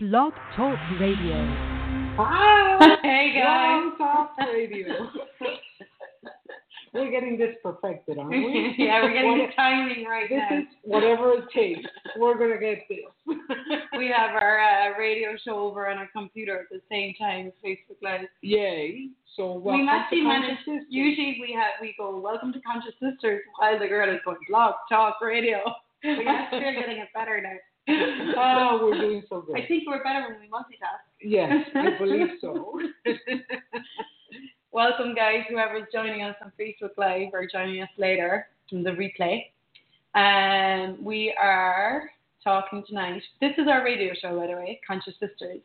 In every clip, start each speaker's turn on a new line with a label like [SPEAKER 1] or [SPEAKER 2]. [SPEAKER 1] Blog Talk Radio.
[SPEAKER 2] Hi.
[SPEAKER 3] Hey, guys.
[SPEAKER 2] Long Talk Radio. We're getting this perfected, aren't we?
[SPEAKER 3] yeah, we're getting
[SPEAKER 2] What-
[SPEAKER 3] the timing right
[SPEAKER 2] this
[SPEAKER 3] now.
[SPEAKER 2] is whatever it takes. We're gonna get this.
[SPEAKER 3] we have our uh, radio show over on our computer at the same time as Facebook Live.
[SPEAKER 2] Yay! So welcome
[SPEAKER 3] We must
[SPEAKER 2] to
[SPEAKER 3] be
[SPEAKER 2] Conscious
[SPEAKER 3] managed.
[SPEAKER 2] Sisters.
[SPEAKER 3] Usually we have we go welcome to Conscious Sisters while the girl is going blog talk radio. We are still getting it better now.
[SPEAKER 2] Oh, we're doing so
[SPEAKER 3] I
[SPEAKER 2] good.
[SPEAKER 3] think we're better when we multitask.
[SPEAKER 2] Yes, I believe so.
[SPEAKER 3] Welcome, guys, whoever's joining us on Facebook Live or joining us later from the replay. Um, we are talking tonight. This is our radio show, by the way, Conscious Sisters.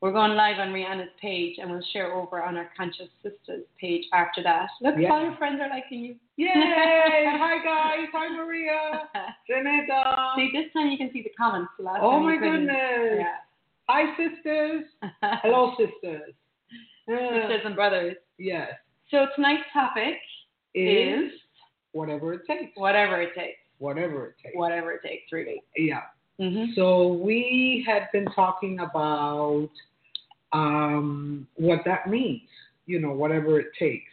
[SPEAKER 3] We're going live on Rihanna's page and we'll share over on our Conscious Sisters page after that. Look,
[SPEAKER 2] Yeah.
[SPEAKER 3] all your friends are liking you.
[SPEAKER 2] Yay! Hi guys. Hi Maria. Janetta.
[SPEAKER 3] see, this time you can see the comments. The last
[SPEAKER 2] Oh
[SPEAKER 3] time
[SPEAKER 2] my
[SPEAKER 3] you couldn't.
[SPEAKER 2] goodness. Hi sisters.
[SPEAKER 3] Yeah.
[SPEAKER 2] Hello sisters. Uh,
[SPEAKER 3] Sisters and brothers.
[SPEAKER 2] yes.
[SPEAKER 3] So tonight's topic
[SPEAKER 2] Is
[SPEAKER 3] is
[SPEAKER 2] whatever it takes.
[SPEAKER 3] whatever it takes.
[SPEAKER 2] Whatever it takes.
[SPEAKER 3] Whatever it takes, really.
[SPEAKER 2] Yeah.
[SPEAKER 3] Mm-hmm.
[SPEAKER 2] So we had been talking about um, what that means, you know, whatever it takes,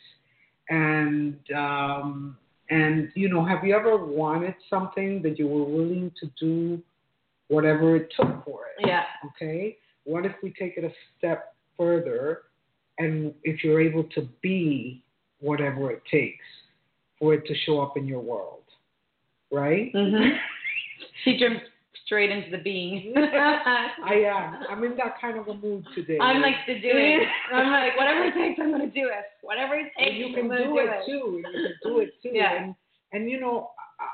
[SPEAKER 2] and um, and you know, have you ever wanted something that you were willing to do whatever it took for it?
[SPEAKER 3] Yeah.
[SPEAKER 2] Okay. What if we take it a step further, and if you're able to be whatever it takes for it to show up in your world, right?
[SPEAKER 3] hmm she jumped straight into the being.
[SPEAKER 2] I am. I'm in that kind of a mood today.
[SPEAKER 3] I'm like to do it. I'm like whatever it takes, I'm gonna do it. Whatever it takes,
[SPEAKER 2] and you
[SPEAKER 3] I'm
[SPEAKER 2] can do,
[SPEAKER 3] gonna
[SPEAKER 2] it, too. and You can do it too.
[SPEAKER 3] Yeah.
[SPEAKER 2] And, and you know, I-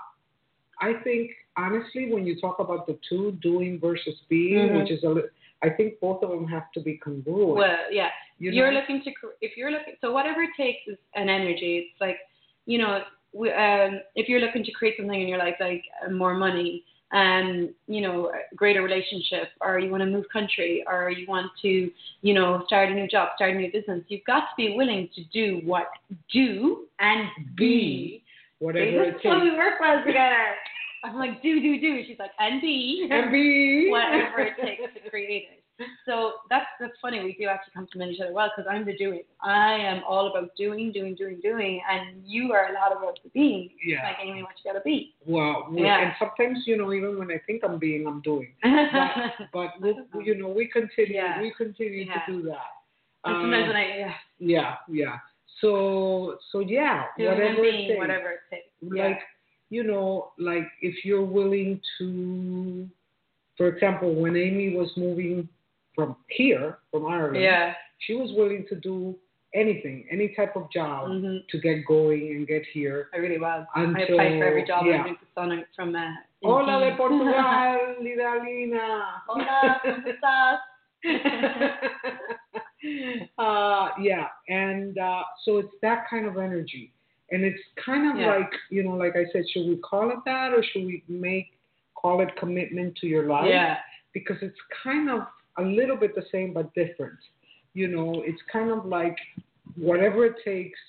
[SPEAKER 2] I think honestly, when you talk about the two, doing versus being,
[SPEAKER 3] Mhm.
[SPEAKER 2] which is a, li- I think both of them have to be congruent.
[SPEAKER 3] Well, yeah.
[SPEAKER 2] you
[SPEAKER 3] are
[SPEAKER 2] know?
[SPEAKER 3] looking to cr- if you're looking so whatever it takes is an energy. It's like you know we, um, if you're looking to create something in your life like uh, more money and you know a greater relationship or you want to move country or you want to you know start a new job start a new business you've got to be willing to do what do and be
[SPEAKER 2] whatever it
[SPEAKER 3] That's how
[SPEAKER 2] takes.
[SPEAKER 3] we work well together. I'm like, do, do, do. She's like, and be.
[SPEAKER 2] And be
[SPEAKER 3] Whatever it takes to create it. So that's, that's funny. We do actually complement each other well because I'm the doing. I am all about doing, doing, doing, doing. And you are a lot about the being.
[SPEAKER 2] Yeah.
[SPEAKER 3] Like, Amy, what you got to be.
[SPEAKER 2] Well, we-
[SPEAKER 3] Yeah.
[SPEAKER 2] and sometimes you know, even when I think I'm being, I'm doing.
[SPEAKER 3] and
[SPEAKER 2] But we, you know, we continue.
[SPEAKER 3] Uh-huh. Yeah.
[SPEAKER 2] We continue
[SPEAKER 3] Yeah.
[SPEAKER 2] to do that.
[SPEAKER 3] sometimes
[SPEAKER 2] Um,
[SPEAKER 3] when I, yeah,
[SPEAKER 2] Yeah, yeah. So so yeah,
[SPEAKER 3] doing
[SPEAKER 2] whatever
[SPEAKER 3] and
[SPEAKER 2] it
[SPEAKER 3] being,
[SPEAKER 2] takes.
[SPEAKER 3] whatever it takes. Yeah.
[SPEAKER 2] Like you know, like if you're willing to, for example, when Amy was moving from here from Ireland,
[SPEAKER 3] yeah.
[SPEAKER 2] she was willing to do anything, any type of job
[SPEAKER 3] hmm
[SPEAKER 2] to get going and get here.
[SPEAKER 3] I really was. I
[SPEAKER 2] Until
[SPEAKER 3] applied for every job
[SPEAKER 2] yeah.
[SPEAKER 3] I went to Sonic from. Uh,
[SPEAKER 2] Hola de
[SPEAKER 3] Indeed.
[SPEAKER 2] Portugal, Lidalina.
[SPEAKER 3] Hola, ¿cómo estás?
[SPEAKER 2] uh, yeah, and uh, so it's that kind of energy, and it's kind of
[SPEAKER 3] Yeah.
[SPEAKER 2] like you know, like I said, should we call it that, or should we make call it commitment to your life?
[SPEAKER 3] Yeah.
[SPEAKER 2] Because it's kind of a little bit the same but different. You know, it's kind of like whatever it takes,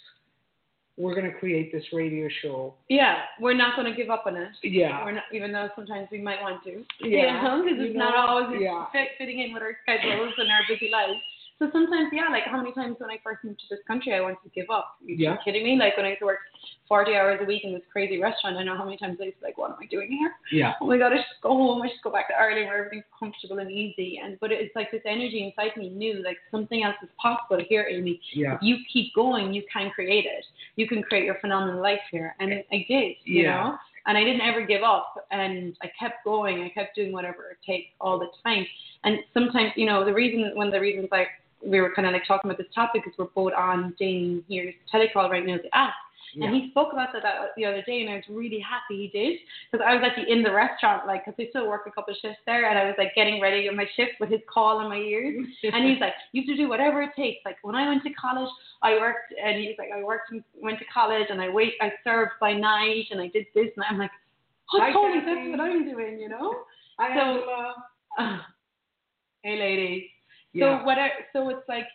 [SPEAKER 2] we're gonna create this radio show.
[SPEAKER 3] Yeah, we're not going to give up on it.
[SPEAKER 2] Yeah,
[SPEAKER 3] We're not, even though sometimes we might want to.
[SPEAKER 2] Yeah.
[SPEAKER 3] Because
[SPEAKER 2] You
[SPEAKER 3] it's
[SPEAKER 2] know,
[SPEAKER 3] not always
[SPEAKER 2] yeah.
[SPEAKER 3] fit, fitting in with our schedules and our busy lives. So sometimes, yeah, like how many times when I first moved to this country, I wanted to give up. Are you
[SPEAKER 2] Yeah.
[SPEAKER 3] kidding me? Like when I used to work 40 hours a week in this crazy restaurant, I know how many times I was like, what am I doing here?
[SPEAKER 2] yeah,
[SPEAKER 3] oh my god, I should go home. I should go back to Ireland where everything's comfortable and easy. And but it's like this energy inside me knew like something else is possible here, Amy.
[SPEAKER 2] yeah.
[SPEAKER 3] If you keep going, you can create it. You can create your phenomenal life here. And I did, you
[SPEAKER 2] Eh, Yeah.
[SPEAKER 3] know? And I didn't ever give up. And I kept going. I kept doing whatever it takes all the time. And sometimes, you know, the reason, one of the reasons like we were kind of like talking about this topic is we're both on Dane here's telecall right now, the app.
[SPEAKER 2] Yeah.
[SPEAKER 3] And he spoke about that that- the other day, and I was really happy he did because I was actually in the restaurant, like, because I still work a couple of shifts there, and I was like getting ready for my shift with his call in my ears. And he's like, you have to do whatever it takes. Like when I went to college, I worked, and he's like, I worked, and went to college, and I wait, I served by night, and I did this, and I'm like, oh,
[SPEAKER 2] Hi,
[SPEAKER 3] holy,
[SPEAKER 2] Kathy.
[SPEAKER 3] that's what I'm doing, you know?
[SPEAKER 2] I
[SPEAKER 3] So-
[SPEAKER 2] have uh, love.
[SPEAKER 3] hey, ladies.
[SPEAKER 2] Yeah,
[SPEAKER 3] So what? I, so it's like,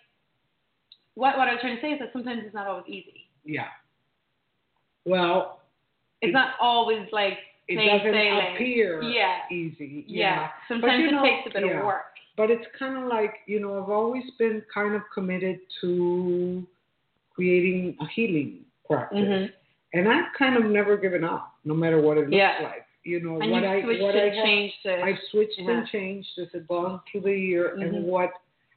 [SPEAKER 3] what what I was trying to say is that sometimes it's not always easy.
[SPEAKER 2] yeah. Well,
[SPEAKER 3] It's not always like
[SPEAKER 2] it
[SPEAKER 3] plain
[SPEAKER 2] doesn't
[SPEAKER 3] sailing.
[SPEAKER 2] appear
[SPEAKER 3] Yeah.
[SPEAKER 2] easy.
[SPEAKER 3] Yeah.
[SPEAKER 2] But
[SPEAKER 3] Sometimes
[SPEAKER 2] you know-
[SPEAKER 3] it takes a bit
[SPEAKER 2] yeah.
[SPEAKER 3] of work.
[SPEAKER 2] But it's kind of like, you know, I've always been kind of committed to creating a healing practice.
[SPEAKER 3] Mhm.
[SPEAKER 2] And I've kind of never given up, no matter what it looks
[SPEAKER 3] Yeah.
[SPEAKER 2] like. You know,
[SPEAKER 3] And
[SPEAKER 2] what
[SPEAKER 3] you
[SPEAKER 2] I,
[SPEAKER 3] switched
[SPEAKER 2] what I
[SPEAKER 3] and
[SPEAKER 2] have
[SPEAKER 3] changed to.
[SPEAKER 2] I've switched
[SPEAKER 3] Yeah.
[SPEAKER 2] and changed as I've gone through the year,
[SPEAKER 3] Mhm.
[SPEAKER 2] and what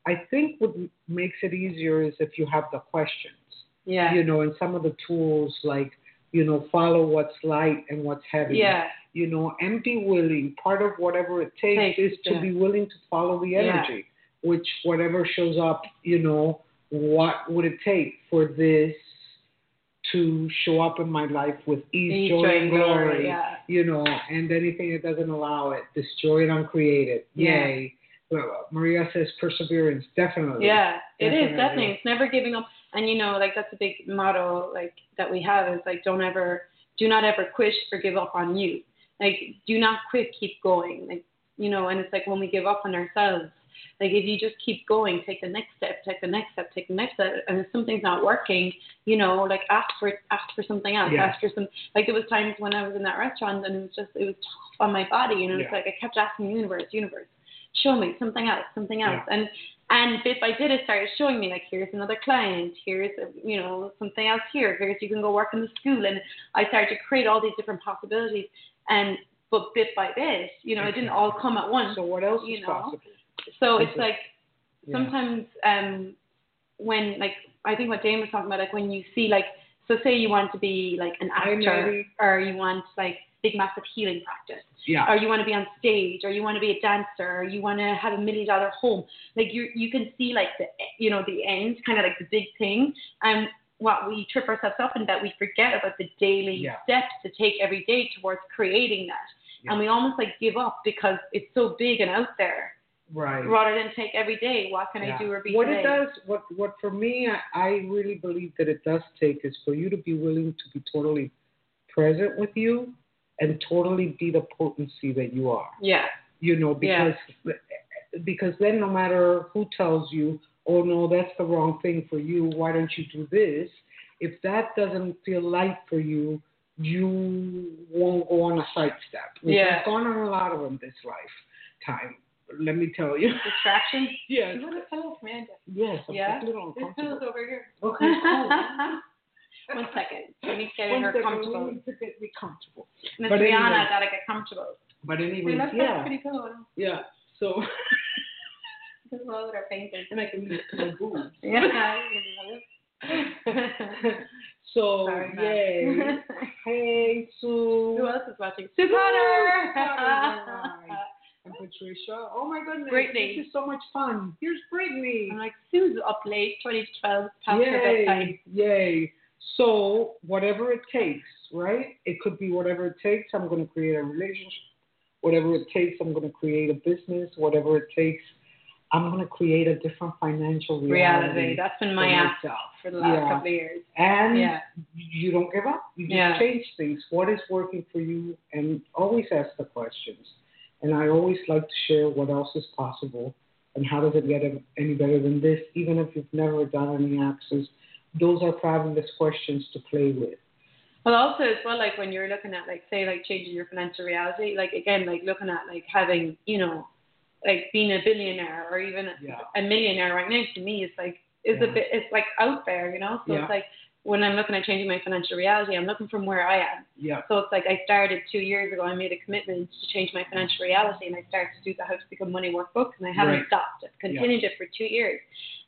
[SPEAKER 2] I think would makes it easier is if you have the questions,
[SPEAKER 3] yeah.
[SPEAKER 2] you know, and some of the tools like you know follow what's light and what's heavy.
[SPEAKER 3] yeah.
[SPEAKER 2] You know, and be willing. Part of whatever it takes
[SPEAKER 3] Takes,
[SPEAKER 2] is to
[SPEAKER 3] yeah.
[SPEAKER 2] be willing to follow the
[SPEAKER 3] Yeah.
[SPEAKER 2] energy, which whatever shows up, you know, what would it take for this to show up in my life with ease, joy, and glory?
[SPEAKER 3] Yeah.
[SPEAKER 2] you know, and anything that doesn't allow it, destroy it, uncreate it.
[SPEAKER 3] Yeah.
[SPEAKER 2] Yay. Well, Maria says perseverance, definitely.
[SPEAKER 3] Yeah, it
[SPEAKER 2] Definitely.
[SPEAKER 3] is definitely. It's never giving up, and you know, like that's a big motto like that we have is like don't ever, do not ever quit or give up on you. Like do not quit, keep going. Like you know, and it's like when we give up on ourselves, like if you just keep going, take the next step, take the next step, take the next step, and if something's not working, you know, like ask for ask for something else,
[SPEAKER 2] Yeah.
[SPEAKER 3] ask for some. Like there was times when I was in that restaurant and it was just it was tough on my body, and it was
[SPEAKER 2] Yeah.
[SPEAKER 3] like I kept asking the universe, universe, show me something else, something
[SPEAKER 2] Yeah.
[SPEAKER 3] else, and and bit by bit, it started showing me like, here's another client, here's uh, you know something else here, here's you can go work in the school, and I started to create all these different possibilities, and but bit by bit, you know, it didn't all come at once.
[SPEAKER 2] So what else
[SPEAKER 3] You
[SPEAKER 2] is
[SPEAKER 3] know?
[SPEAKER 2] possible?
[SPEAKER 3] So it's
[SPEAKER 2] Mhm.
[SPEAKER 3] like
[SPEAKER 2] Yeah.
[SPEAKER 3] sometimes um, when like I think what Dane was talking about, like when you see like so say you want to be like an
[SPEAKER 2] I'm
[SPEAKER 3] actor,
[SPEAKER 2] ready.
[SPEAKER 3] or you want like big massive healing practice
[SPEAKER 2] Yeah.
[SPEAKER 3] or you want to be on stage, or you want to be a dancer, or you want to have a million dollar home. Like you, you can see like the, you know, the end, kind of like the big thing. And what we trip ourselves up in that we forget about the daily
[SPEAKER 2] Yeah.
[SPEAKER 3] steps to take every day towards creating that.
[SPEAKER 2] Yeah.
[SPEAKER 3] And we almost like give up because it's so big and out there,
[SPEAKER 2] Right.
[SPEAKER 3] rather than take every day. What can
[SPEAKER 2] Yeah.
[SPEAKER 3] I do or be
[SPEAKER 2] what
[SPEAKER 3] today?
[SPEAKER 2] it does, what what for me, I, I really believe that it does take is for you to be willing to be totally present with you and totally be the potency that you are.
[SPEAKER 3] Yeah,
[SPEAKER 2] you know because
[SPEAKER 3] Yeah.
[SPEAKER 2] because then no matter who tells you oh no that's the wrong thing for you why don't you do this if that doesn't feel light for you you won't go on a sidestep which
[SPEAKER 3] Yeah.
[SPEAKER 2] i've gone on a lot of them this lifetime let me tell you
[SPEAKER 3] distraction.
[SPEAKER 2] yes
[SPEAKER 3] You want a pillow, Amanda?
[SPEAKER 2] yes i'm
[SPEAKER 3] Yeah?
[SPEAKER 2] a little
[SPEAKER 3] There's
[SPEAKER 2] uncomfortable
[SPEAKER 3] pillows over here.
[SPEAKER 2] okay cool.
[SPEAKER 3] One second. Let me get
[SPEAKER 2] One
[SPEAKER 3] her
[SPEAKER 2] second,
[SPEAKER 3] comfortable.
[SPEAKER 2] we need to get me comfortable
[SPEAKER 3] Miss
[SPEAKER 2] But
[SPEAKER 3] Rihanna,
[SPEAKER 2] anyway.
[SPEAKER 3] gotta get comfortable.
[SPEAKER 2] but
[SPEAKER 3] We
[SPEAKER 2] anyway
[SPEAKER 3] left that
[SPEAKER 2] yeah
[SPEAKER 3] pretty pillow.
[SPEAKER 2] yeah so
[SPEAKER 3] Because of all that are painted.
[SPEAKER 2] and i can lift my boobs
[SPEAKER 3] Yeah.
[SPEAKER 2] so
[SPEAKER 3] Sorry,
[SPEAKER 2] Oh,
[SPEAKER 3] Matt.
[SPEAKER 2] yay Hey, Sue.
[SPEAKER 3] Who else is watching? Sue
[SPEAKER 2] Potter.
[SPEAKER 3] Potter.
[SPEAKER 2] And Patricia. Oh my goodness.
[SPEAKER 3] Brittany.
[SPEAKER 2] This is so much fun. Here's Brittany.
[SPEAKER 3] I'm like, Sue's up late, 20 to 12, past her bedtime.
[SPEAKER 2] Yay. Yay. So, whatever it takes, right? It could be whatever it takes. I'm going to create a relationship. Whatever it takes, I'm going to create a business. Whatever it takes, I'm going to create a different financial
[SPEAKER 3] Reality.
[SPEAKER 2] reality.
[SPEAKER 3] That's been
[SPEAKER 2] for
[SPEAKER 3] my app
[SPEAKER 2] myself.
[SPEAKER 3] for the last
[SPEAKER 2] yeah.
[SPEAKER 3] couple of years.
[SPEAKER 2] And
[SPEAKER 3] Yeah.
[SPEAKER 2] you don't give up. You just
[SPEAKER 3] Yeah.
[SPEAKER 2] change things. What is working for you? And always ask the questions. And I always like to share what else is possible and how does it get any better than this, even if you've never done any axes. Those are fabulous questions to play with.
[SPEAKER 3] Well, also as well, like when you're looking at, like, say, like changing your financial reality, like again, like looking at, like having, you know, like being a billionaire or even
[SPEAKER 2] Yeah.
[SPEAKER 3] a millionaire right now to me is like is
[SPEAKER 2] Yeah.
[SPEAKER 3] a bit it's like out there, you know. So
[SPEAKER 2] Yeah.
[SPEAKER 3] it's like when I'm looking at changing my financial reality, I'm looking from where I am.
[SPEAKER 2] Yeah.
[SPEAKER 3] So it's like I started two years ago. I made a commitment to change my financial reality, and I started to do the How to Become Money workbook, and I haven't
[SPEAKER 2] Right.
[SPEAKER 3] stopped. I've continued it for two years,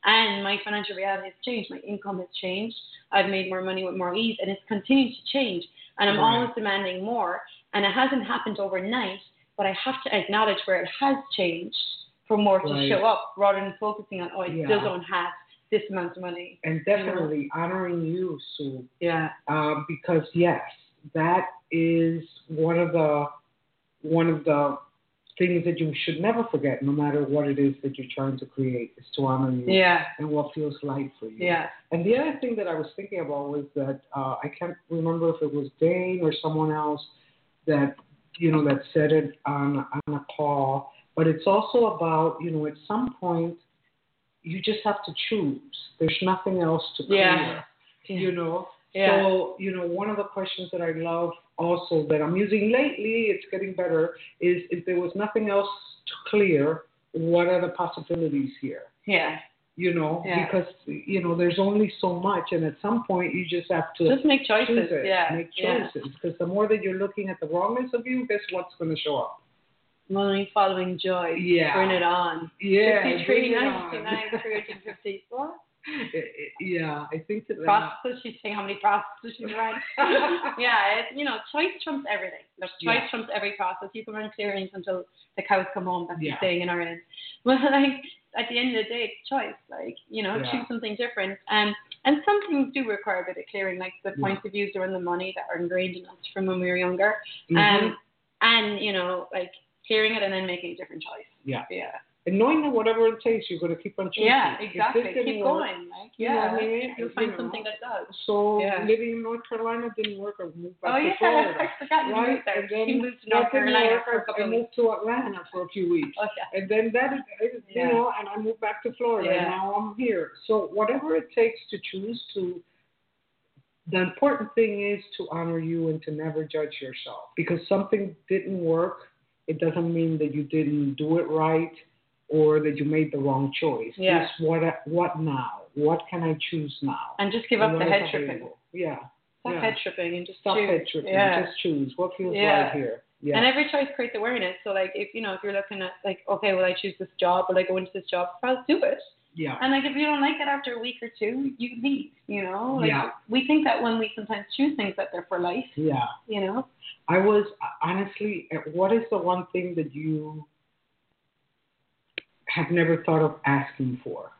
[SPEAKER 3] and my financial reality has changed. My income has changed. I've made more money with more ease, and it's continued to change. And I'm
[SPEAKER 2] Right.
[SPEAKER 3] always demanding more, and it hasn't happened overnight. But I have to acknowledge where it has changed for more to
[SPEAKER 2] Right.
[SPEAKER 3] show up, rather than focusing on oh I
[SPEAKER 2] Yeah.
[SPEAKER 3] still don't have this amount of money.
[SPEAKER 2] And definitely honoring you, Sue,
[SPEAKER 3] Yeah.
[SPEAKER 2] uh, because yes, that is one of the one of the things that you should never forget, no matter what it is that you're trying to create, is to honor you.
[SPEAKER 3] Yeah.
[SPEAKER 2] and what feels light for you.
[SPEAKER 3] Yeah.
[SPEAKER 2] And the other thing that I was thinking about was that uh, I can't remember if it was Dane or someone else that you know that said it on on a call, but it's also about you know at some point you just have to choose. There's nothing else to
[SPEAKER 3] Yeah.
[SPEAKER 2] clear. You know.
[SPEAKER 3] Yeah.
[SPEAKER 2] So you know one of the questions that I love also that I'm using lately, it's getting better, is if there was nothing else to clear, what are the possibilities here?
[SPEAKER 3] Yeah.
[SPEAKER 2] You know,
[SPEAKER 3] Yeah.
[SPEAKER 2] because you know there's only so much, and at some point you just have to
[SPEAKER 3] Just make choices.
[SPEAKER 2] choose it,
[SPEAKER 3] Yeah.
[SPEAKER 2] make
[SPEAKER 3] yeah.
[SPEAKER 2] choices. Because the more that you're looking at the wrongness of you, guess what's going to show up?
[SPEAKER 3] Money following joy.
[SPEAKER 2] Yeah.
[SPEAKER 3] Bring it on.
[SPEAKER 2] Yeah, bring
[SPEAKER 3] Fifty-three,
[SPEAKER 2] it
[SPEAKER 3] ninety-nine,
[SPEAKER 2] on.
[SPEAKER 3] 350. What?
[SPEAKER 2] yeah, I think that uh,
[SPEAKER 3] Prostitutes, she's saying how many prostitutes she's run. yeah, it, you know, choice trumps everything. There's choice
[SPEAKER 2] Yeah.
[SPEAKER 3] trumps every process. You can run clearings until the cows come home. That's
[SPEAKER 2] Yeah.
[SPEAKER 3] the saying in our end. But like at the end of the day, it's choice. Like you know,
[SPEAKER 2] Yeah.
[SPEAKER 3] choose something different. And and some things do require a bit of clearing, like the
[SPEAKER 2] Yeah.
[SPEAKER 3] points of views around the money that are ingrained in us from when we were younger.
[SPEAKER 2] Mhm.
[SPEAKER 3] Um, and you know, like clearing it and then making a different choice.
[SPEAKER 2] Yeah.
[SPEAKER 3] Yeah.
[SPEAKER 2] and knowing that whatever it takes, you're going to keep on choosing.
[SPEAKER 3] Yeah.
[SPEAKER 2] If this
[SPEAKER 3] Exactly.
[SPEAKER 2] didn't
[SPEAKER 3] Keep
[SPEAKER 2] work,
[SPEAKER 3] going. Like
[SPEAKER 2] you know
[SPEAKER 3] yeah,
[SPEAKER 2] what I mean?
[SPEAKER 3] you'll
[SPEAKER 2] You
[SPEAKER 3] find
[SPEAKER 2] know.
[SPEAKER 3] something that does.
[SPEAKER 2] So
[SPEAKER 3] Yeah.
[SPEAKER 2] living in North Carolina didn't work. I moved back
[SPEAKER 3] oh
[SPEAKER 2] to
[SPEAKER 3] yeah,
[SPEAKER 2] Florida.
[SPEAKER 3] I forgot you
[SPEAKER 2] Right?
[SPEAKER 3] moved there.
[SPEAKER 2] And then
[SPEAKER 3] She moved to
[SPEAKER 2] That
[SPEAKER 3] North
[SPEAKER 2] didn't
[SPEAKER 3] Carolina
[SPEAKER 2] work.
[SPEAKER 3] for a couple
[SPEAKER 2] I
[SPEAKER 3] of weeks.
[SPEAKER 2] moved to Atlanta for a few weeks.
[SPEAKER 3] Oh yeah.
[SPEAKER 2] And then that, is- you
[SPEAKER 3] Yeah.
[SPEAKER 2] know, and I moved back to Florida. And
[SPEAKER 3] Yeah.
[SPEAKER 2] now I'm here. So whatever it takes to choose to, the important thing is to honor you and to never judge yourself. Because something didn't work, it doesn't mean that you didn't do it right or that you made the wrong choice.
[SPEAKER 3] Yeah.
[SPEAKER 2] It's what, what now? What can I choose now?
[SPEAKER 3] And just give up
[SPEAKER 2] What
[SPEAKER 3] the
[SPEAKER 2] is
[SPEAKER 3] head tripping.
[SPEAKER 2] available? Yeah.
[SPEAKER 3] Stop
[SPEAKER 2] Yeah.
[SPEAKER 3] head tripping and just
[SPEAKER 2] Stop
[SPEAKER 3] choose.
[SPEAKER 2] head tripping.
[SPEAKER 3] Yeah.
[SPEAKER 2] Just choose what feels
[SPEAKER 3] Yeah.
[SPEAKER 2] right here. Yeah.
[SPEAKER 3] And every choice creates awareness. So like if you know if you're looking at like okay will I choose this job will I go into this job well do it.
[SPEAKER 2] yeah.
[SPEAKER 3] And like if you don't like it after a week or two you leave. You know. Like,
[SPEAKER 2] Yeah.
[SPEAKER 3] We think that when we sometimes choose things that they're for life.
[SPEAKER 2] Yeah.
[SPEAKER 3] You know.
[SPEAKER 2] I was honestly, what is the one thing that you have never thought of asking for?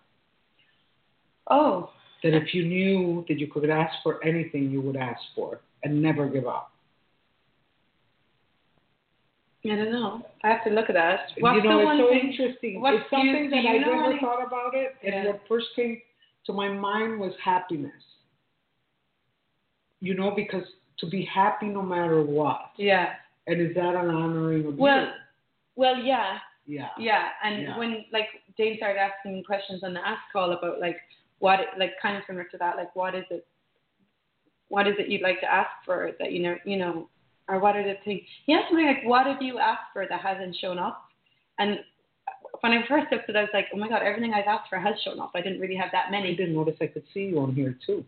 [SPEAKER 3] Oh.
[SPEAKER 2] That if you knew that you could ask for anything, you would ask for and never give up.
[SPEAKER 3] I don't know. I have to look at that. What's
[SPEAKER 2] you know,
[SPEAKER 3] the
[SPEAKER 2] it's
[SPEAKER 3] one
[SPEAKER 2] so
[SPEAKER 3] thing?
[SPEAKER 2] interesting.
[SPEAKER 3] what
[SPEAKER 2] it's something
[SPEAKER 3] do
[SPEAKER 2] that
[SPEAKER 3] you
[SPEAKER 2] I
[SPEAKER 3] know
[SPEAKER 2] never
[SPEAKER 3] any-
[SPEAKER 2] thought about it,
[SPEAKER 3] Yeah.
[SPEAKER 2] and what first came to my mind was happiness. You know, because to be happy no matter what,
[SPEAKER 3] Yeah.
[SPEAKER 2] and is that an honoring of
[SPEAKER 3] Well. Well, yeah,
[SPEAKER 2] you? Yeah.
[SPEAKER 3] yeah, and
[SPEAKER 2] Yeah.
[SPEAKER 3] when like Dave started asking me questions on the ask call about like what, like kind of similar to that, like what is it what is it you'd like to ask for that you know you know or what are the things yeah something like what have you asked for that hasn't shown up and when I first looked at it I was like oh my god everything I've asked for has shown up I didn't really have that
[SPEAKER 2] I
[SPEAKER 3] many
[SPEAKER 2] didn't notice I could see you on here too.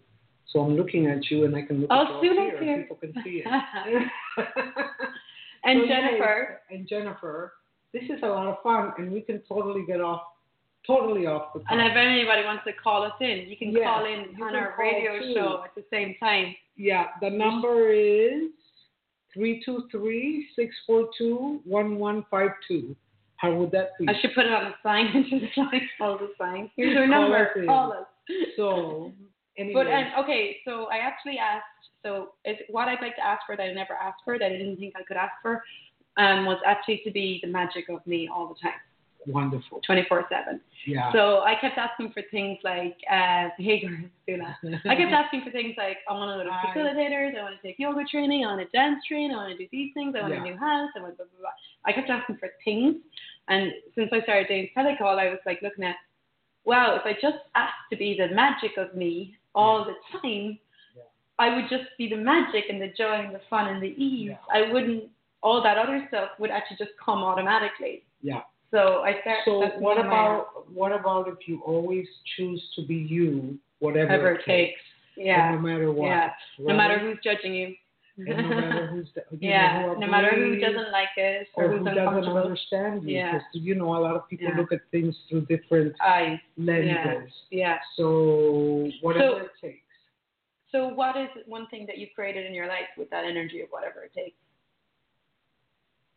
[SPEAKER 2] So I'm looking at you and I can look
[SPEAKER 3] I'll
[SPEAKER 2] at you up
[SPEAKER 3] Oh, see you
[SPEAKER 2] here.
[SPEAKER 3] later.
[SPEAKER 2] People can see it.
[SPEAKER 3] and
[SPEAKER 2] So, yes,
[SPEAKER 3] Jennifer
[SPEAKER 2] and Jennifer, this is a lot of fun and we can totally get off totally off the
[SPEAKER 3] and
[SPEAKER 2] topic.
[SPEAKER 3] if anybody wants to call us in you can
[SPEAKER 2] Yes,
[SPEAKER 3] call in
[SPEAKER 2] you
[SPEAKER 3] on
[SPEAKER 2] can
[SPEAKER 3] our
[SPEAKER 2] call
[SPEAKER 3] radio
[SPEAKER 2] too.
[SPEAKER 3] show at the same time
[SPEAKER 2] Yeah, the number is 323-642-1152. How would that be?
[SPEAKER 3] I should put it on a sign and just like hold the sign. Here's our
[SPEAKER 2] Call
[SPEAKER 3] number.
[SPEAKER 2] us in.
[SPEAKER 3] Call us.
[SPEAKER 2] So, anyway,
[SPEAKER 3] But and okay, so I actually asked. So it's what I'd like to ask for that I never asked for that I didn't think I could ask for, um, was actually to be the magic of me all the time,
[SPEAKER 2] wonderful.
[SPEAKER 3] 24 seven.
[SPEAKER 2] Yeah.
[SPEAKER 3] So I kept asking for things like, uh, hey girl, do that. I kept asking for things like I want to go to
[SPEAKER 2] Right.
[SPEAKER 3] facilitators, I want to take yoga training, I want to dance train, I want to do these things, I want
[SPEAKER 2] Yeah.
[SPEAKER 3] a new house, I want blah blah blah. I kept asking for things, and since I started doing telecall, I was like looking at, wow, if I just asked to be the magic of me all the time,
[SPEAKER 2] Yeah.
[SPEAKER 3] I would just be the magic and the joy and the fun and the ease.
[SPEAKER 2] Yeah.
[SPEAKER 3] I wouldn't all that other stuff would actually just come automatically.
[SPEAKER 2] Yeah.
[SPEAKER 3] So I started.
[SPEAKER 2] So
[SPEAKER 3] that's
[SPEAKER 2] what
[SPEAKER 3] one of my
[SPEAKER 2] about what about if you always choose to be you, whatever
[SPEAKER 3] ever
[SPEAKER 2] it takes,
[SPEAKER 3] Yeah.
[SPEAKER 2] and no matter what,
[SPEAKER 3] Yeah. No
[SPEAKER 2] right?
[SPEAKER 3] matter who's judging you.
[SPEAKER 2] and no matter who's the, you
[SPEAKER 3] Yeah,
[SPEAKER 2] know, who
[SPEAKER 3] no matter who
[SPEAKER 2] agrees
[SPEAKER 3] doesn't like it or,
[SPEAKER 2] or
[SPEAKER 3] who's
[SPEAKER 2] who doesn't
[SPEAKER 3] uncomfortable.
[SPEAKER 2] understand you,
[SPEAKER 3] Yeah.
[SPEAKER 2] because you know a lot of people
[SPEAKER 3] Yeah.
[SPEAKER 2] look at things through different
[SPEAKER 3] I,
[SPEAKER 2] lenses.
[SPEAKER 3] yeah.
[SPEAKER 2] So whatever
[SPEAKER 3] So-
[SPEAKER 2] it takes.
[SPEAKER 3] So, what is one thing that you've created in your life with that energy of whatever it takes?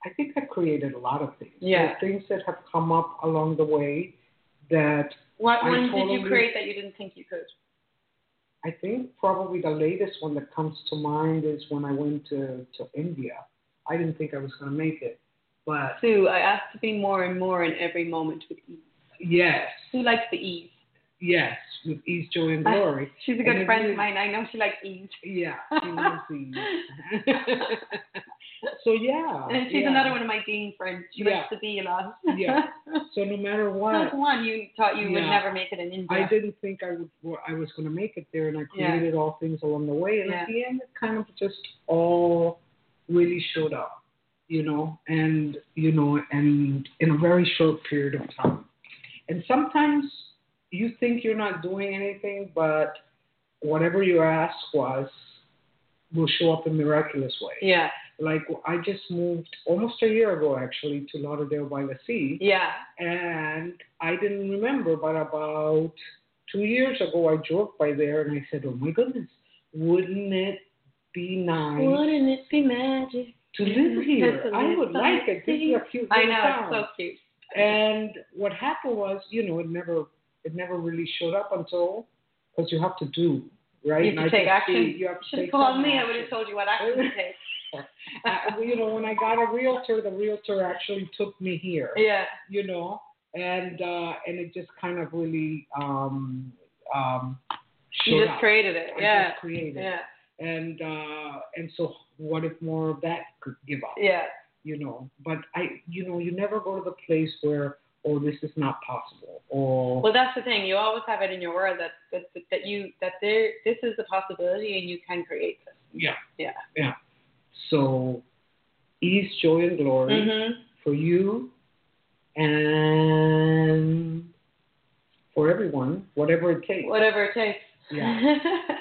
[SPEAKER 2] I think I created a lot of things.
[SPEAKER 3] Yeah.
[SPEAKER 2] There's things that have come up along the way that
[SPEAKER 3] What
[SPEAKER 2] I
[SPEAKER 3] one did
[SPEAKER 2] totally-
[SPEAKER 3] you create that you didn't think you could?
[SPEAKER 2] I think probably the latest one that comes to mind is when I went to, to India. I didn't think I was going to make it, but
[SPEAKER 3] Sue, I asked to be more and more in every moment with ease.
[SPEAKER 2] yes,
[SPEAKER 3] Sue likes the ease.
[SPEAKER 2] yes, with ease, joy, and
[SPEAKER 3] I-
[SPEAKER 2] glory.
[SPEAKER 3] She's a
[SPEAKER 2] And
[SPEAKER 3] good
[SPEAKER 2] it
[SPEAKER 3] friend
[SPEAKER 2] is.
[SPEAKER 3] of mine. I know she likes ease.
[SPEAKER 2] Yeah, she loves
[SPEAKER 3] Uh,
[SPEAKER 2] ease. so yeah,
[SPEAKER 3] And she's
[SPEAKER 2] yeah.
[SPEAKER 3] another one of my dean friends. She
[SPEAKER 2] Yeah.
[SPEAKER 3] likes to be a lot.
[SPEAKER 2] Yeah. So no matter what,
[SPEAKER 3] That's one you thought you would
[SPEAKER 2] Yeah.
[SPEAKER 3] never make it in India.
[SPEAKER 2] I didn't think I would. well, I was going to make it there, and I
[SPEAKER 3] Yeah.
[SPEAKER 2] created all things along the way. And at the end, it kind of just all really showed up. you know, and you know, and in a very short period of time. And sometimes you think you're not doing anything, but whatever your ask was will show up in miraculous way.
[SPEAKER 3] Yeah.
[SPEAKER 2] Like I just moved almost a year ago, actually, to Lauderdale by the Sea,
[SPEAKER 3] Yeah.
[SPEAKER 2] and I didn't remember, but about two years ago, I drove by there and I said, "Oh my goodness, wouldn't it be nice
[SPEAKER 3] Wouldn't it be magic?
[SPEAKER 2] to live
[SPEAKER 3] That's
[SPEAKER 2] here?
[SPEAKER 3] a
[SPEAKER 2] I would
[SPEAKER 3] little
[SPEAKER 2] like it. This is a cute
[SPEAKER 3] I
[SPEAKER 2] little
[SPEAKER 3] know,
[SPEAKER 2] town."
[SPEAKER 3] it's so cute.
[SPEAKER 2] And what happened was, you know, it never it never really showed up until because you have to do right.
[SPEAKER 3] You
[SPEAKER 2] And
[SPEAKER 3] have to
[SPEAKER 2] I
[SPEAKER 3] take
[SPEAKER 2] could
[SPEAKER 3] action.
[SPEAKER 2] see You have to
[SPEAKER 3] Should have
[SPEAKER 2] take
[SPEAKER 3] called
[SPEAKER 2] some
[SPEAKER 3] me, I would
[SPEAKER 2] action.
[SPEAKER 3] have told you what action to take.
[SPEAKER 2] I- you know, when I got a realtor, the realtor actually took me here.
[SPEAKER 3] Yeah.
[SPEAKER 2] You know, and uh, and it just kind of really um, um, showed
[SPEAKER 3] You just
[SPEAKER 2] up.
[SPEAKER 3] created it.
[SPEAKER 2] I
[SPEAKER 3] Yeah.
[SPEAKER 2] just created.
[SPEAKER 3] Yeah.
[SPEAKER 2] And uh, and so, what if more of that could give up?
[SPEAKER 3] Yeah.
[SPEAKER 2] you know. But I, you know, you never go to the place where, oh, this is not possible, or
[SPEAKER 3] Well, that's the thing. You always have it in your world that that, that, that you that there this is a possibility and you can create this.
[SPEAKER 2] yeah,
[SPEAKER 3] Yeah.
[SPEAKER 2] yeah. So, ease, joy, and glory
[SPEAKER 3] Mhm.
[SPEAKER 2] for you, and for everyone, whatever it takes.
[SPEAKER 3] Whatever it takes.
[SPEAKER 2] Yeah. Mm-hmm.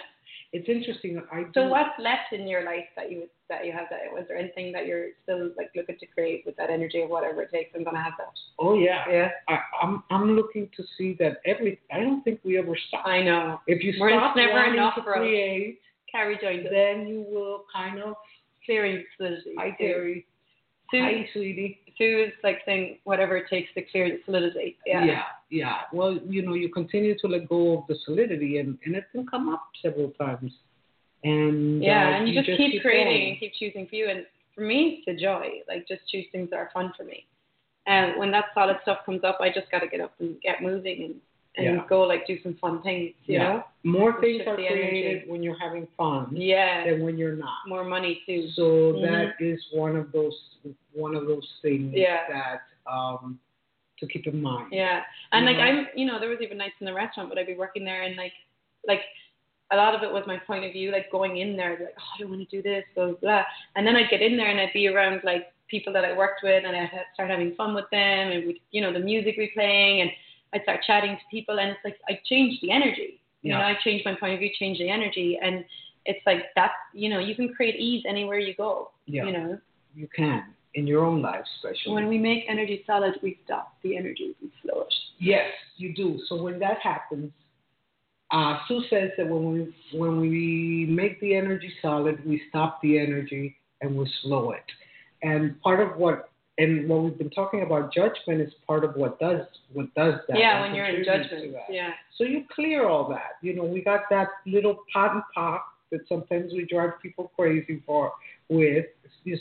[SPEAKER 2] It's interesting. I do,
[SPEAKER 3] so what's left in your life that you that you have that was there anything that you're still like looking to create with that energy of whatever it takes? I'm gonna have that.
[SPEAKER 2] Oh yeah.
[SPEAKER 3] Yeah.
[SPEAKER 2] I, I'm I'm looking to see that every. I don't think we ever stop.
[SPEAKER 3] I know.
[SPEAKER 2] if you
[SPEAKER 3] We're- it's
[SPEAKER 2] stop
[SPEAKER 3] never
[SPEAKER 2] wanting
[SPEAKER 3] enough
[SPEAKER 2] to
[SPEAKER 3] for us.
[SPEAKER 2] create,
[SPEAKER 3] Carrie joined us.
[SPEAKER 2] then you will kind of.
[SPEAKER 3] Clearing solidity.
[SPEAKER 2] Hi, Terry.
[SPEAKER 3] Sue,
[SPEAKER 2] Hi, sweetie.
[SPEAKER 3] Sue is like saying whatever it takes to clear the solidity. Yeah.
[SPEAKER 2] yeah, yeah. Well, you know, you continue to let go of the solidity, and, and it can come up several times. And
[SPEAKER 3] Yeah,
[SPEAKER 2] uh,
[SPEAKER 3] and you, just, keep, creating
[SPEAKER 2] going.
[SPEAKER 3] and keep choosing for you. And for me, it's a joy. Like just choose things that are fun for me. And when that solid stuff comes up, I just got to get up and get moving and, and
[SPEAKER 2] Yeah.
[SPEAKER 3] go like do some fun things. You
[SPEAKER 2] Yeah.
[SPEAKER 3] know?
[SPEAKER 2] More
[SPEAKER 3] Shift
[SPEAKER 2] things are
[SPEAKER 3] the energy.
[SPEAKER 2] created when you're having fun
[SPEAKER 3] Yeah.
[SPEAKER 2] than when you're not.
[SPEAKER 3] More money too.
[SPEAKER 2] So that is one of those one of those things
[SPEAKER 3] Mm-hmm. Yeah.
[SPEAKER 2] that um, to keep in mind.
[SPEAKER 3] Yeah. And like
[SPEAKER 2] Yeah.
[SPEAKER 3] I'm you know, there was even nights in the restaurant but I'd be working there and like like a lot of it was my point of view, like going in there, I'd be like, Oh, I don't want to do this, blah blah. And then I'd get in there and I'd be around like people that I worked with and I'd ha- start having fun with them and we you know, the music we playing and I'd start chatting to people and it's like I changed the energy. You know,
[SPEAKER 2] Yeah.
[SPEAKER 3] I changed my point of view, changed the energy and it's like that you know, you can create ease anywhere you go.
[SPEAKER 2] Yeah.
[SPEAKER 3] You know.
[SPEAKER 2] You can in your own life, especially.
[SPEAKER 3] When we make energy solid we stop the energy, we slow it.
[SPEAKER 2] Yes, you do. So when that happens, uh, Sue says that when we when we make the energy solid, we stop the energy and we slow it. And part of what and what we've been talking about judgment is part of what does what does that.
[SPEAKER 3] yeah,
[SPEAKER 2] and
[SPEAKER 3] when you're in
[SPEAKER 2] contributes to
[SPEAKER 3] judgment.
[SPEAKER 2] that.
[SPEAKER 3] Yeah.
[SPEAKER 2] So you clear all that. You know, we got that little pot and pop that sometimes we drive people crazy for with.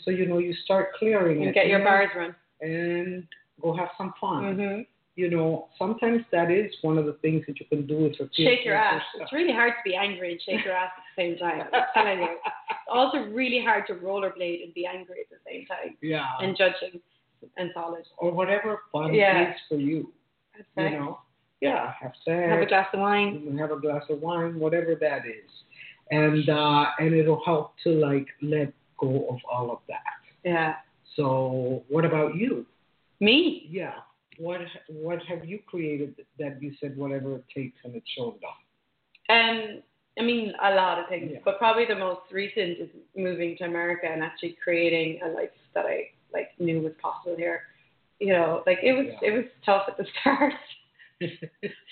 [SPEAKER 2] So you know, you start clearing
[SPEAKER 3] You
[SPEAKER 2] it
[SPEAKER 3] get your
[SPEAKER 2] and-
[SPEAKER 3] bars run.
[SPEAKER 2] and go have some fun
[SPEAKER 3] hmm
[SPEAKER 2] you know, sometimes that is one of the things that you can do is to
[SPEAKER 3] Shake your ass. It's really hard to be angry and shake your ass at the same time. I'm telling you. It's also really hard to rollerblade and be angry at the same time
[SPEAKER 2] yeah,
[SPEAKER 3] and judging and solid.
[SPEAKER 2] or whatever fun
[SPEAKER 3] Yeah.
[SPEAKER 2] is for you,
[SPEAKER 3] That's
[SPEAKER 2] you
[SPEAKER 3] right.
[SPEAKER 2] know. Yeah, have sex,
[SPEAKER 3] Have a glass of wine.
[SPEAKER 2] have a glass of wine, whatever that is, and uh, and it'll help to like let go of all of that.
[SPEAKER 3] Yeah.
[SPEAKER 2] So, what about you?
[SPEAKER 3] Me.
[SPEAKER 2] Yeah, what what have you created that you said whatever it takes and it showed up?
[SPEAKER 3] Um, I mean, a lot of things,
[SPEAKER 2] Yeah.
[SPEAKER 3] but probably the most recent is moving to America and actually creating a life that I like knew was possible here. You know, like it was
[SPEAKER 2] Yeah.
[SPEAKER 3] it was tough at the start. I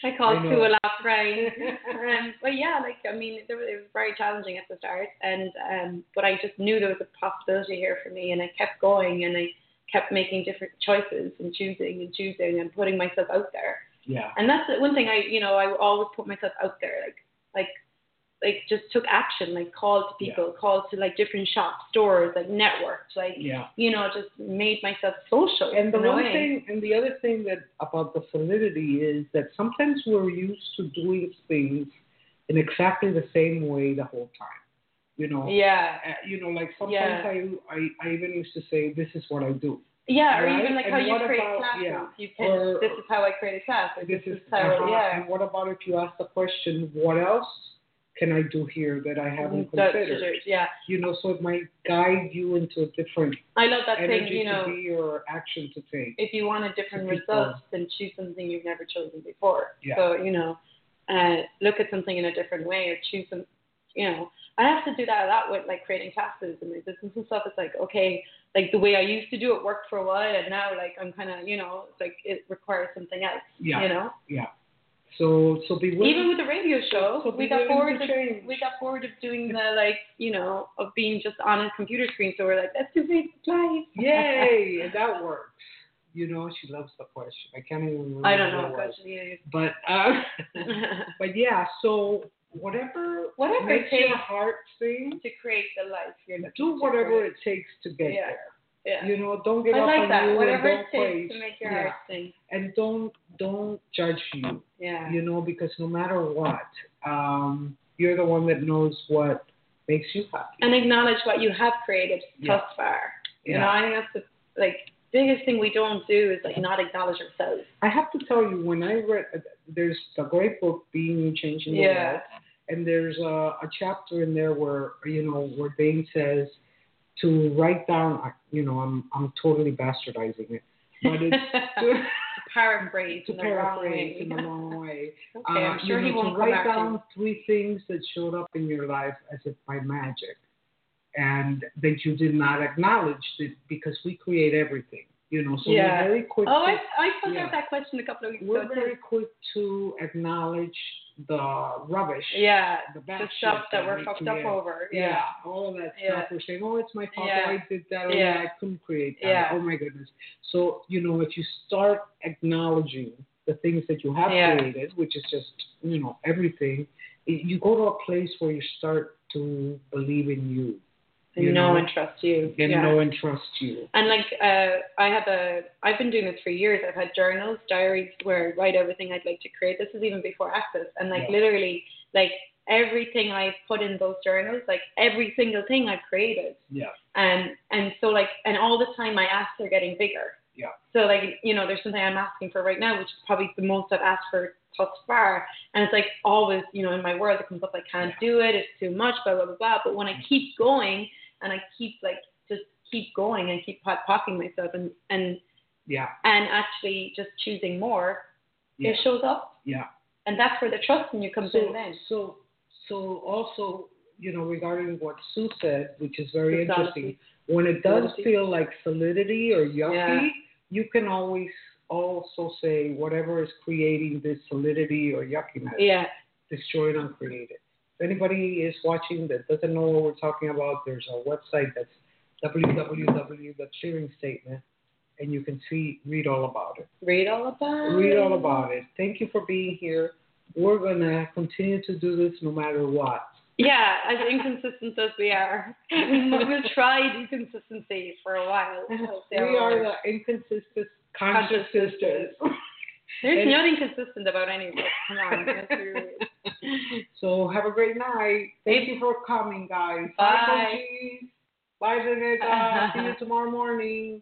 [SPEAKER 2] I
[SPEAKER 3] called
[SPEAKER 2] know.
[SPEAKER 3] Sue a lot, crying. um, but yeah, like I mean, it was, it was very challenging at the start, and um, but I just knew there was a possibility here for me, and I kept going, and I kept making different choices and choosing and choosing and putting myself out there
[SPEAKER 2] Yeah,
[SPEAKER 3] and that's the one thing I, you know, I always put myself out there, like, like, like just took action, like called to people, called to like different shops, stores, like networked, like,
[SPEAKER 2] yeah.
[SPEAKER 3] you know, just made myself social.
[SPEAKER 2] And the
[SPEAKER 3] in a
[SPEAKER 2] one
[SPEAKER 3] way.
[SPEAKER 2] thing, and the other thing that about the solidity is that sometimes we're used to doing things in exactly the same way the whole time. You know,
[SPEAKER 3] yeah,
[SPEAKER 2] Uh, you know, like sometimes
[SPEAKER 3] Yeah.
[SPEAKER 2] I, I, I even used to say, "This is what I do."
[SPEAKER 3] yeah, or
[SPEAKER 2] Right?
[SPEAKER 3] even like
[SPEAKER 2] And
[SPEAKER 3] how you
[SPEAKER 2] what
[SPEAKER 3] create
[SPEAKER 2] about-
[SPEAKER 3] classes.
[SPEAKER 2] yeah.
[SPEAKER 3] You can.
[SPEAKER 2] Or-
[SPEAKER 3] this is how I create a class. Or
[SPEAKER 2] This is
[SPEAKER 3] how.
[SPEAKER 2] uh-huh.
[SPEAKER 3] Yeah.
[SPEAKER 2] And what about if you ask the question, "What else can I do here that I haven't
[SPEAKER 3] Mm-hmm. That's
[SPEAKER 2] considered?
[SPEAKER 3] it, yeah.
[SPEAKER 2] You know, so it might guide you into a different
[SPEAKER 3] I love that
[SPEAKER 2] energy
[SPEAKER 3] thing, you know,
[SPEAKER 2] to be or action to take.
[SPEAKER 3] if you want a different
[SPEAKER 2] To people.
[SPEAKER 3] result, then choose something you've never chosen before.
[SPEAKER 2] Yeah.
[SPEAKER 3] So, you know, uh, look at something in a different way or choose some, you know, I have to do that a lot with like creating classes and my business and stuff. It's like, okay, like the way I used to do it worked for a while and now like I'm kind of, you know, it's like it requires something else,
[SPEAKER 2] Yeah.
[SPEAKER 3] you know?
[SPEAKER 2] So so be willing.
[SPEAKER 3] Even with the radio show,
[SPEAKER 2] So
[SPEAKER 3] we
[SPEAKER 2] be
[SPEAKER 3] got
[SPEAKER 2] willing
[SPEAKER 3] forward
[SPEAKER 2] to
[SPEAKER 3] of,
[SPEAKER 2] change.
[SPEAKER 3] we got forward of doing the like, you know, of being just on a computer screen. So we're like, let's do Facebook Live.
[SPEAKER 2] Yay, and that works. You know, she loves the question. I can't even remember.
[SPEAKER 3] I don't know.
[SPEAKER 2] what Mm-hmm. it
[SPEAKER 3] gosh,
[SPEAKER 2] was.
[SPEAKER 3] yeah.
[SPEAKER 2] But uh, but yeah, so whatever
[SPEAKER 3] Whatever it
[SPEAKER 2] makes your
[SPEAKER 3] takes.
[SPEAKER 2] heart sing,
[SPEAKER 3] to create the life you're looking
[SPEAKER 2] do
[SPEAKER 3] to
[SPEAKER 2] whatever
[SPEAKER 3] create.
[SPEAKER 2] it takes to get
[SPEAKER 3] Yeah. Yeah.
[SPEAKER 2] there. You know, don't give
[SPEAKER 3] I
[SPEAKER 2] up
[SPEAKER 3] like
[SPEAKER 2] on
[SPEAKER 3] that.
[SPEAKER 2] you
[SPEAKER 3] Whatever
[SPEAKER 2] and
[SPEAKER 3] it
[SPEAKER 2] don't
[SPEAKER 3] takes
[SPEAKER 2] praise-
[SPEAKER 3] to make your
[SPEAKER 2] yeah.
[SPEAKER 3] art sing.
[SPEAKER 2] and don't don't judge you.
[SPEAKER 3] Yeah.
[SPEAKER 2] You know, because no matter what, um, you're the one that knows what makes you happy.
[SPEAKER 3] And acknowledge what you have created
[SPEAKER 2] Yeah.
[SPEAKER 3] thus far. You
[SPEAKER 2] Yeah.
[SPEAKER 3] know, I think that's the like biggest thing we don't do is like not acknowledge ourselves.
[SPEAKER 2] I have to tell you, when I read, uh, there's the great book Being You, Changing the
[SPEAKER 3] Yeah.
[SPEAKER 2] World, and there's a, a chapter in there where you know where Dane says to write down. I- You know, I'm I'm totally bastardizing it, but it's
[SPEAKER 3] to
[SPEAKER 2] to,
[SPEAKER 3] paraphrase
[SPEAKER 2] to
[SPEAKER 3] in the wrong
[SPEAKER 2] paraphrase
[SPEAKER 3] way.
[SPEAKER 2] in the wrong way.
[SPEAKER 3] okay,
[SPEAKER 2] uh,
[SPEAKER 3] I'm
[SPEAKER 2] you
[SPEAKER 3] sure Um, he
[SPEAKER 2] know,
[SPEAKER 3] won't
[SPEAKER 2] to
[SPEAKER 3] come
[SPEAKER 2] write
[SPEAKER 3] back to
[SPEAKER 2] down three things that showed up in your life as if by magic, and that you did not acknowledge that because we create everything. You know, so
[SPEAKER 3] Yeah.
[SPEAKER 2] we're very quick.
[SPEAKER 3] you. Oh,
[SPEAKER 2] to-
[SPEAKER 3] I I put
[SPEAKER 2] Yeah.
[SPEAKER 3] out that question a couple of weeks
[SPEAKER 2] we're
[SPEAKER 3] ago.
[SPEAKER 2] very quick to acknowledge the rubbish,
[SPEAKER 3] yeah.
[SPEAKER 2] the
[SPEAKER 3] The
[SPEAKER 2] bad
[SPEAKER 3] stuff
[SPEAKER 2] shit
[SPEAKER 3] that we're
[SPEAKER 2] we
[SPEAKER 3] fucked up
[SPEAKER 2] create.
[SPEAKER 3] over.
[SPEAKER 2] Yeah. all of that
[SPEAKER 3] Yeah.
[SPEAKER 2] stuff. We're saying, oh, it's my fault.
[SPEAKER 3] Yeah.
[SPEAKER 2] I did that. Oh,
[SPEAKER 3] Yeah.
[SPEAKER 2] yeah. I couldn't create that.
[SPEAKER 3] Yeah.
[SPEAKER 2] Oh, my goodness. So, you know, if you start acknowledging the things that you have
[SPEAKER 3] Yeah.
[SPEAKER 2] created, which is just, you know, everything, y- you go to a place where you start to believe in you
[SPEAKER 3] And
[SPEAKER 2] You
[SPEAKER 3] know
[SPEAKER 2] know.
[SPEAKER 3] and trust you.
[SPEAKER 2] and
[SPEAKER 3] yeah.
[SPEAKER 2] know and trust you.
[SPEAKER 3] And like uh, I have a, I've been doing this for years. I've had journals, diaries where I write everything I'd like to create. This is even before Access, and like
[SPEAKER 2] Yeah.
[SPEAKER 3] literally, like everything I put in those journals, like every single thing I've created,
[SPEAKER 2] Yeah.
[SPEAKER 3] and Um, and so like, and all the time my asks are getting bigger.
[SPEAKER 2] Yeah.
[SPEAKER 3] So like, you know, there's something I'm asking for right now, which is probably the most I've asked for thus far, and it's like always, you know, in my world it comes up, I can't do it, it's too much, blah blah blah blah. But
[SPEAKER 2] Mm-hmm.
[SPEAKER 3] when I keep going and I keep like just keep going and keep pot pocking myself and and
[SPEAKER 2] Yeah.
[SPEAKER 3] and actually just choosing more,
[SPEAKER 2] Yeah.
[SPEAKER 3] it shows up.
[SPEAKER 2] Yeah.
[SPEAKER 3] And that's where the trust in you comes
[SPEAKER 2] so,
[SPEAKER 3] in then.
[SPEAKER 2] So, so also, you know, regarding what Sue said, which is very
[SPEAKER 3] Solidity.
[SPEAKER 2] interesting, when it does
[SPEAKER 3] Solidity.
[SPEAKER 2] feel like solidity or yucky,
[SPEAKER 3] Yeah.
[SPEAKER 2] you can always also say whatever is creating this solidity or yuckiness,
[SPEAKER 3] Yeah.
[SPEAKER 2] destroy it, uncreate it. If anybody is watching that doesn't know what we're talking about, there's a website that's www. The Clearing Statement, and you can see read all about it
[SPEAKER 3] Read all about
[SPEAKER 2] read all about it. Thank you for being here. We're gonna continue to do this no matter what.
[SPEAKER 3] Yeah, as inconsistent as we are. we- we'll try inconsistency for a while. We'll see
[SPEAKER 2] We
[SPEAKER 3] how it
[SPEAKER 2] are
[SPEAKER 3] works.
[SPEAKER 2] the inconsistent conscious sisters.
[SPEAKER 3] There's
[SPEAKER 2] and-
[SPEAKER 3] nothing consistent about any of us. Come on. let's be real.
[SPEAKER 2] so have a great night. Thank you for coming, guys.
[SPEAKER 3] Bye.
[SPEAKER 2] Bye, Benji. Bye, Janetta. See you tomorrow morning.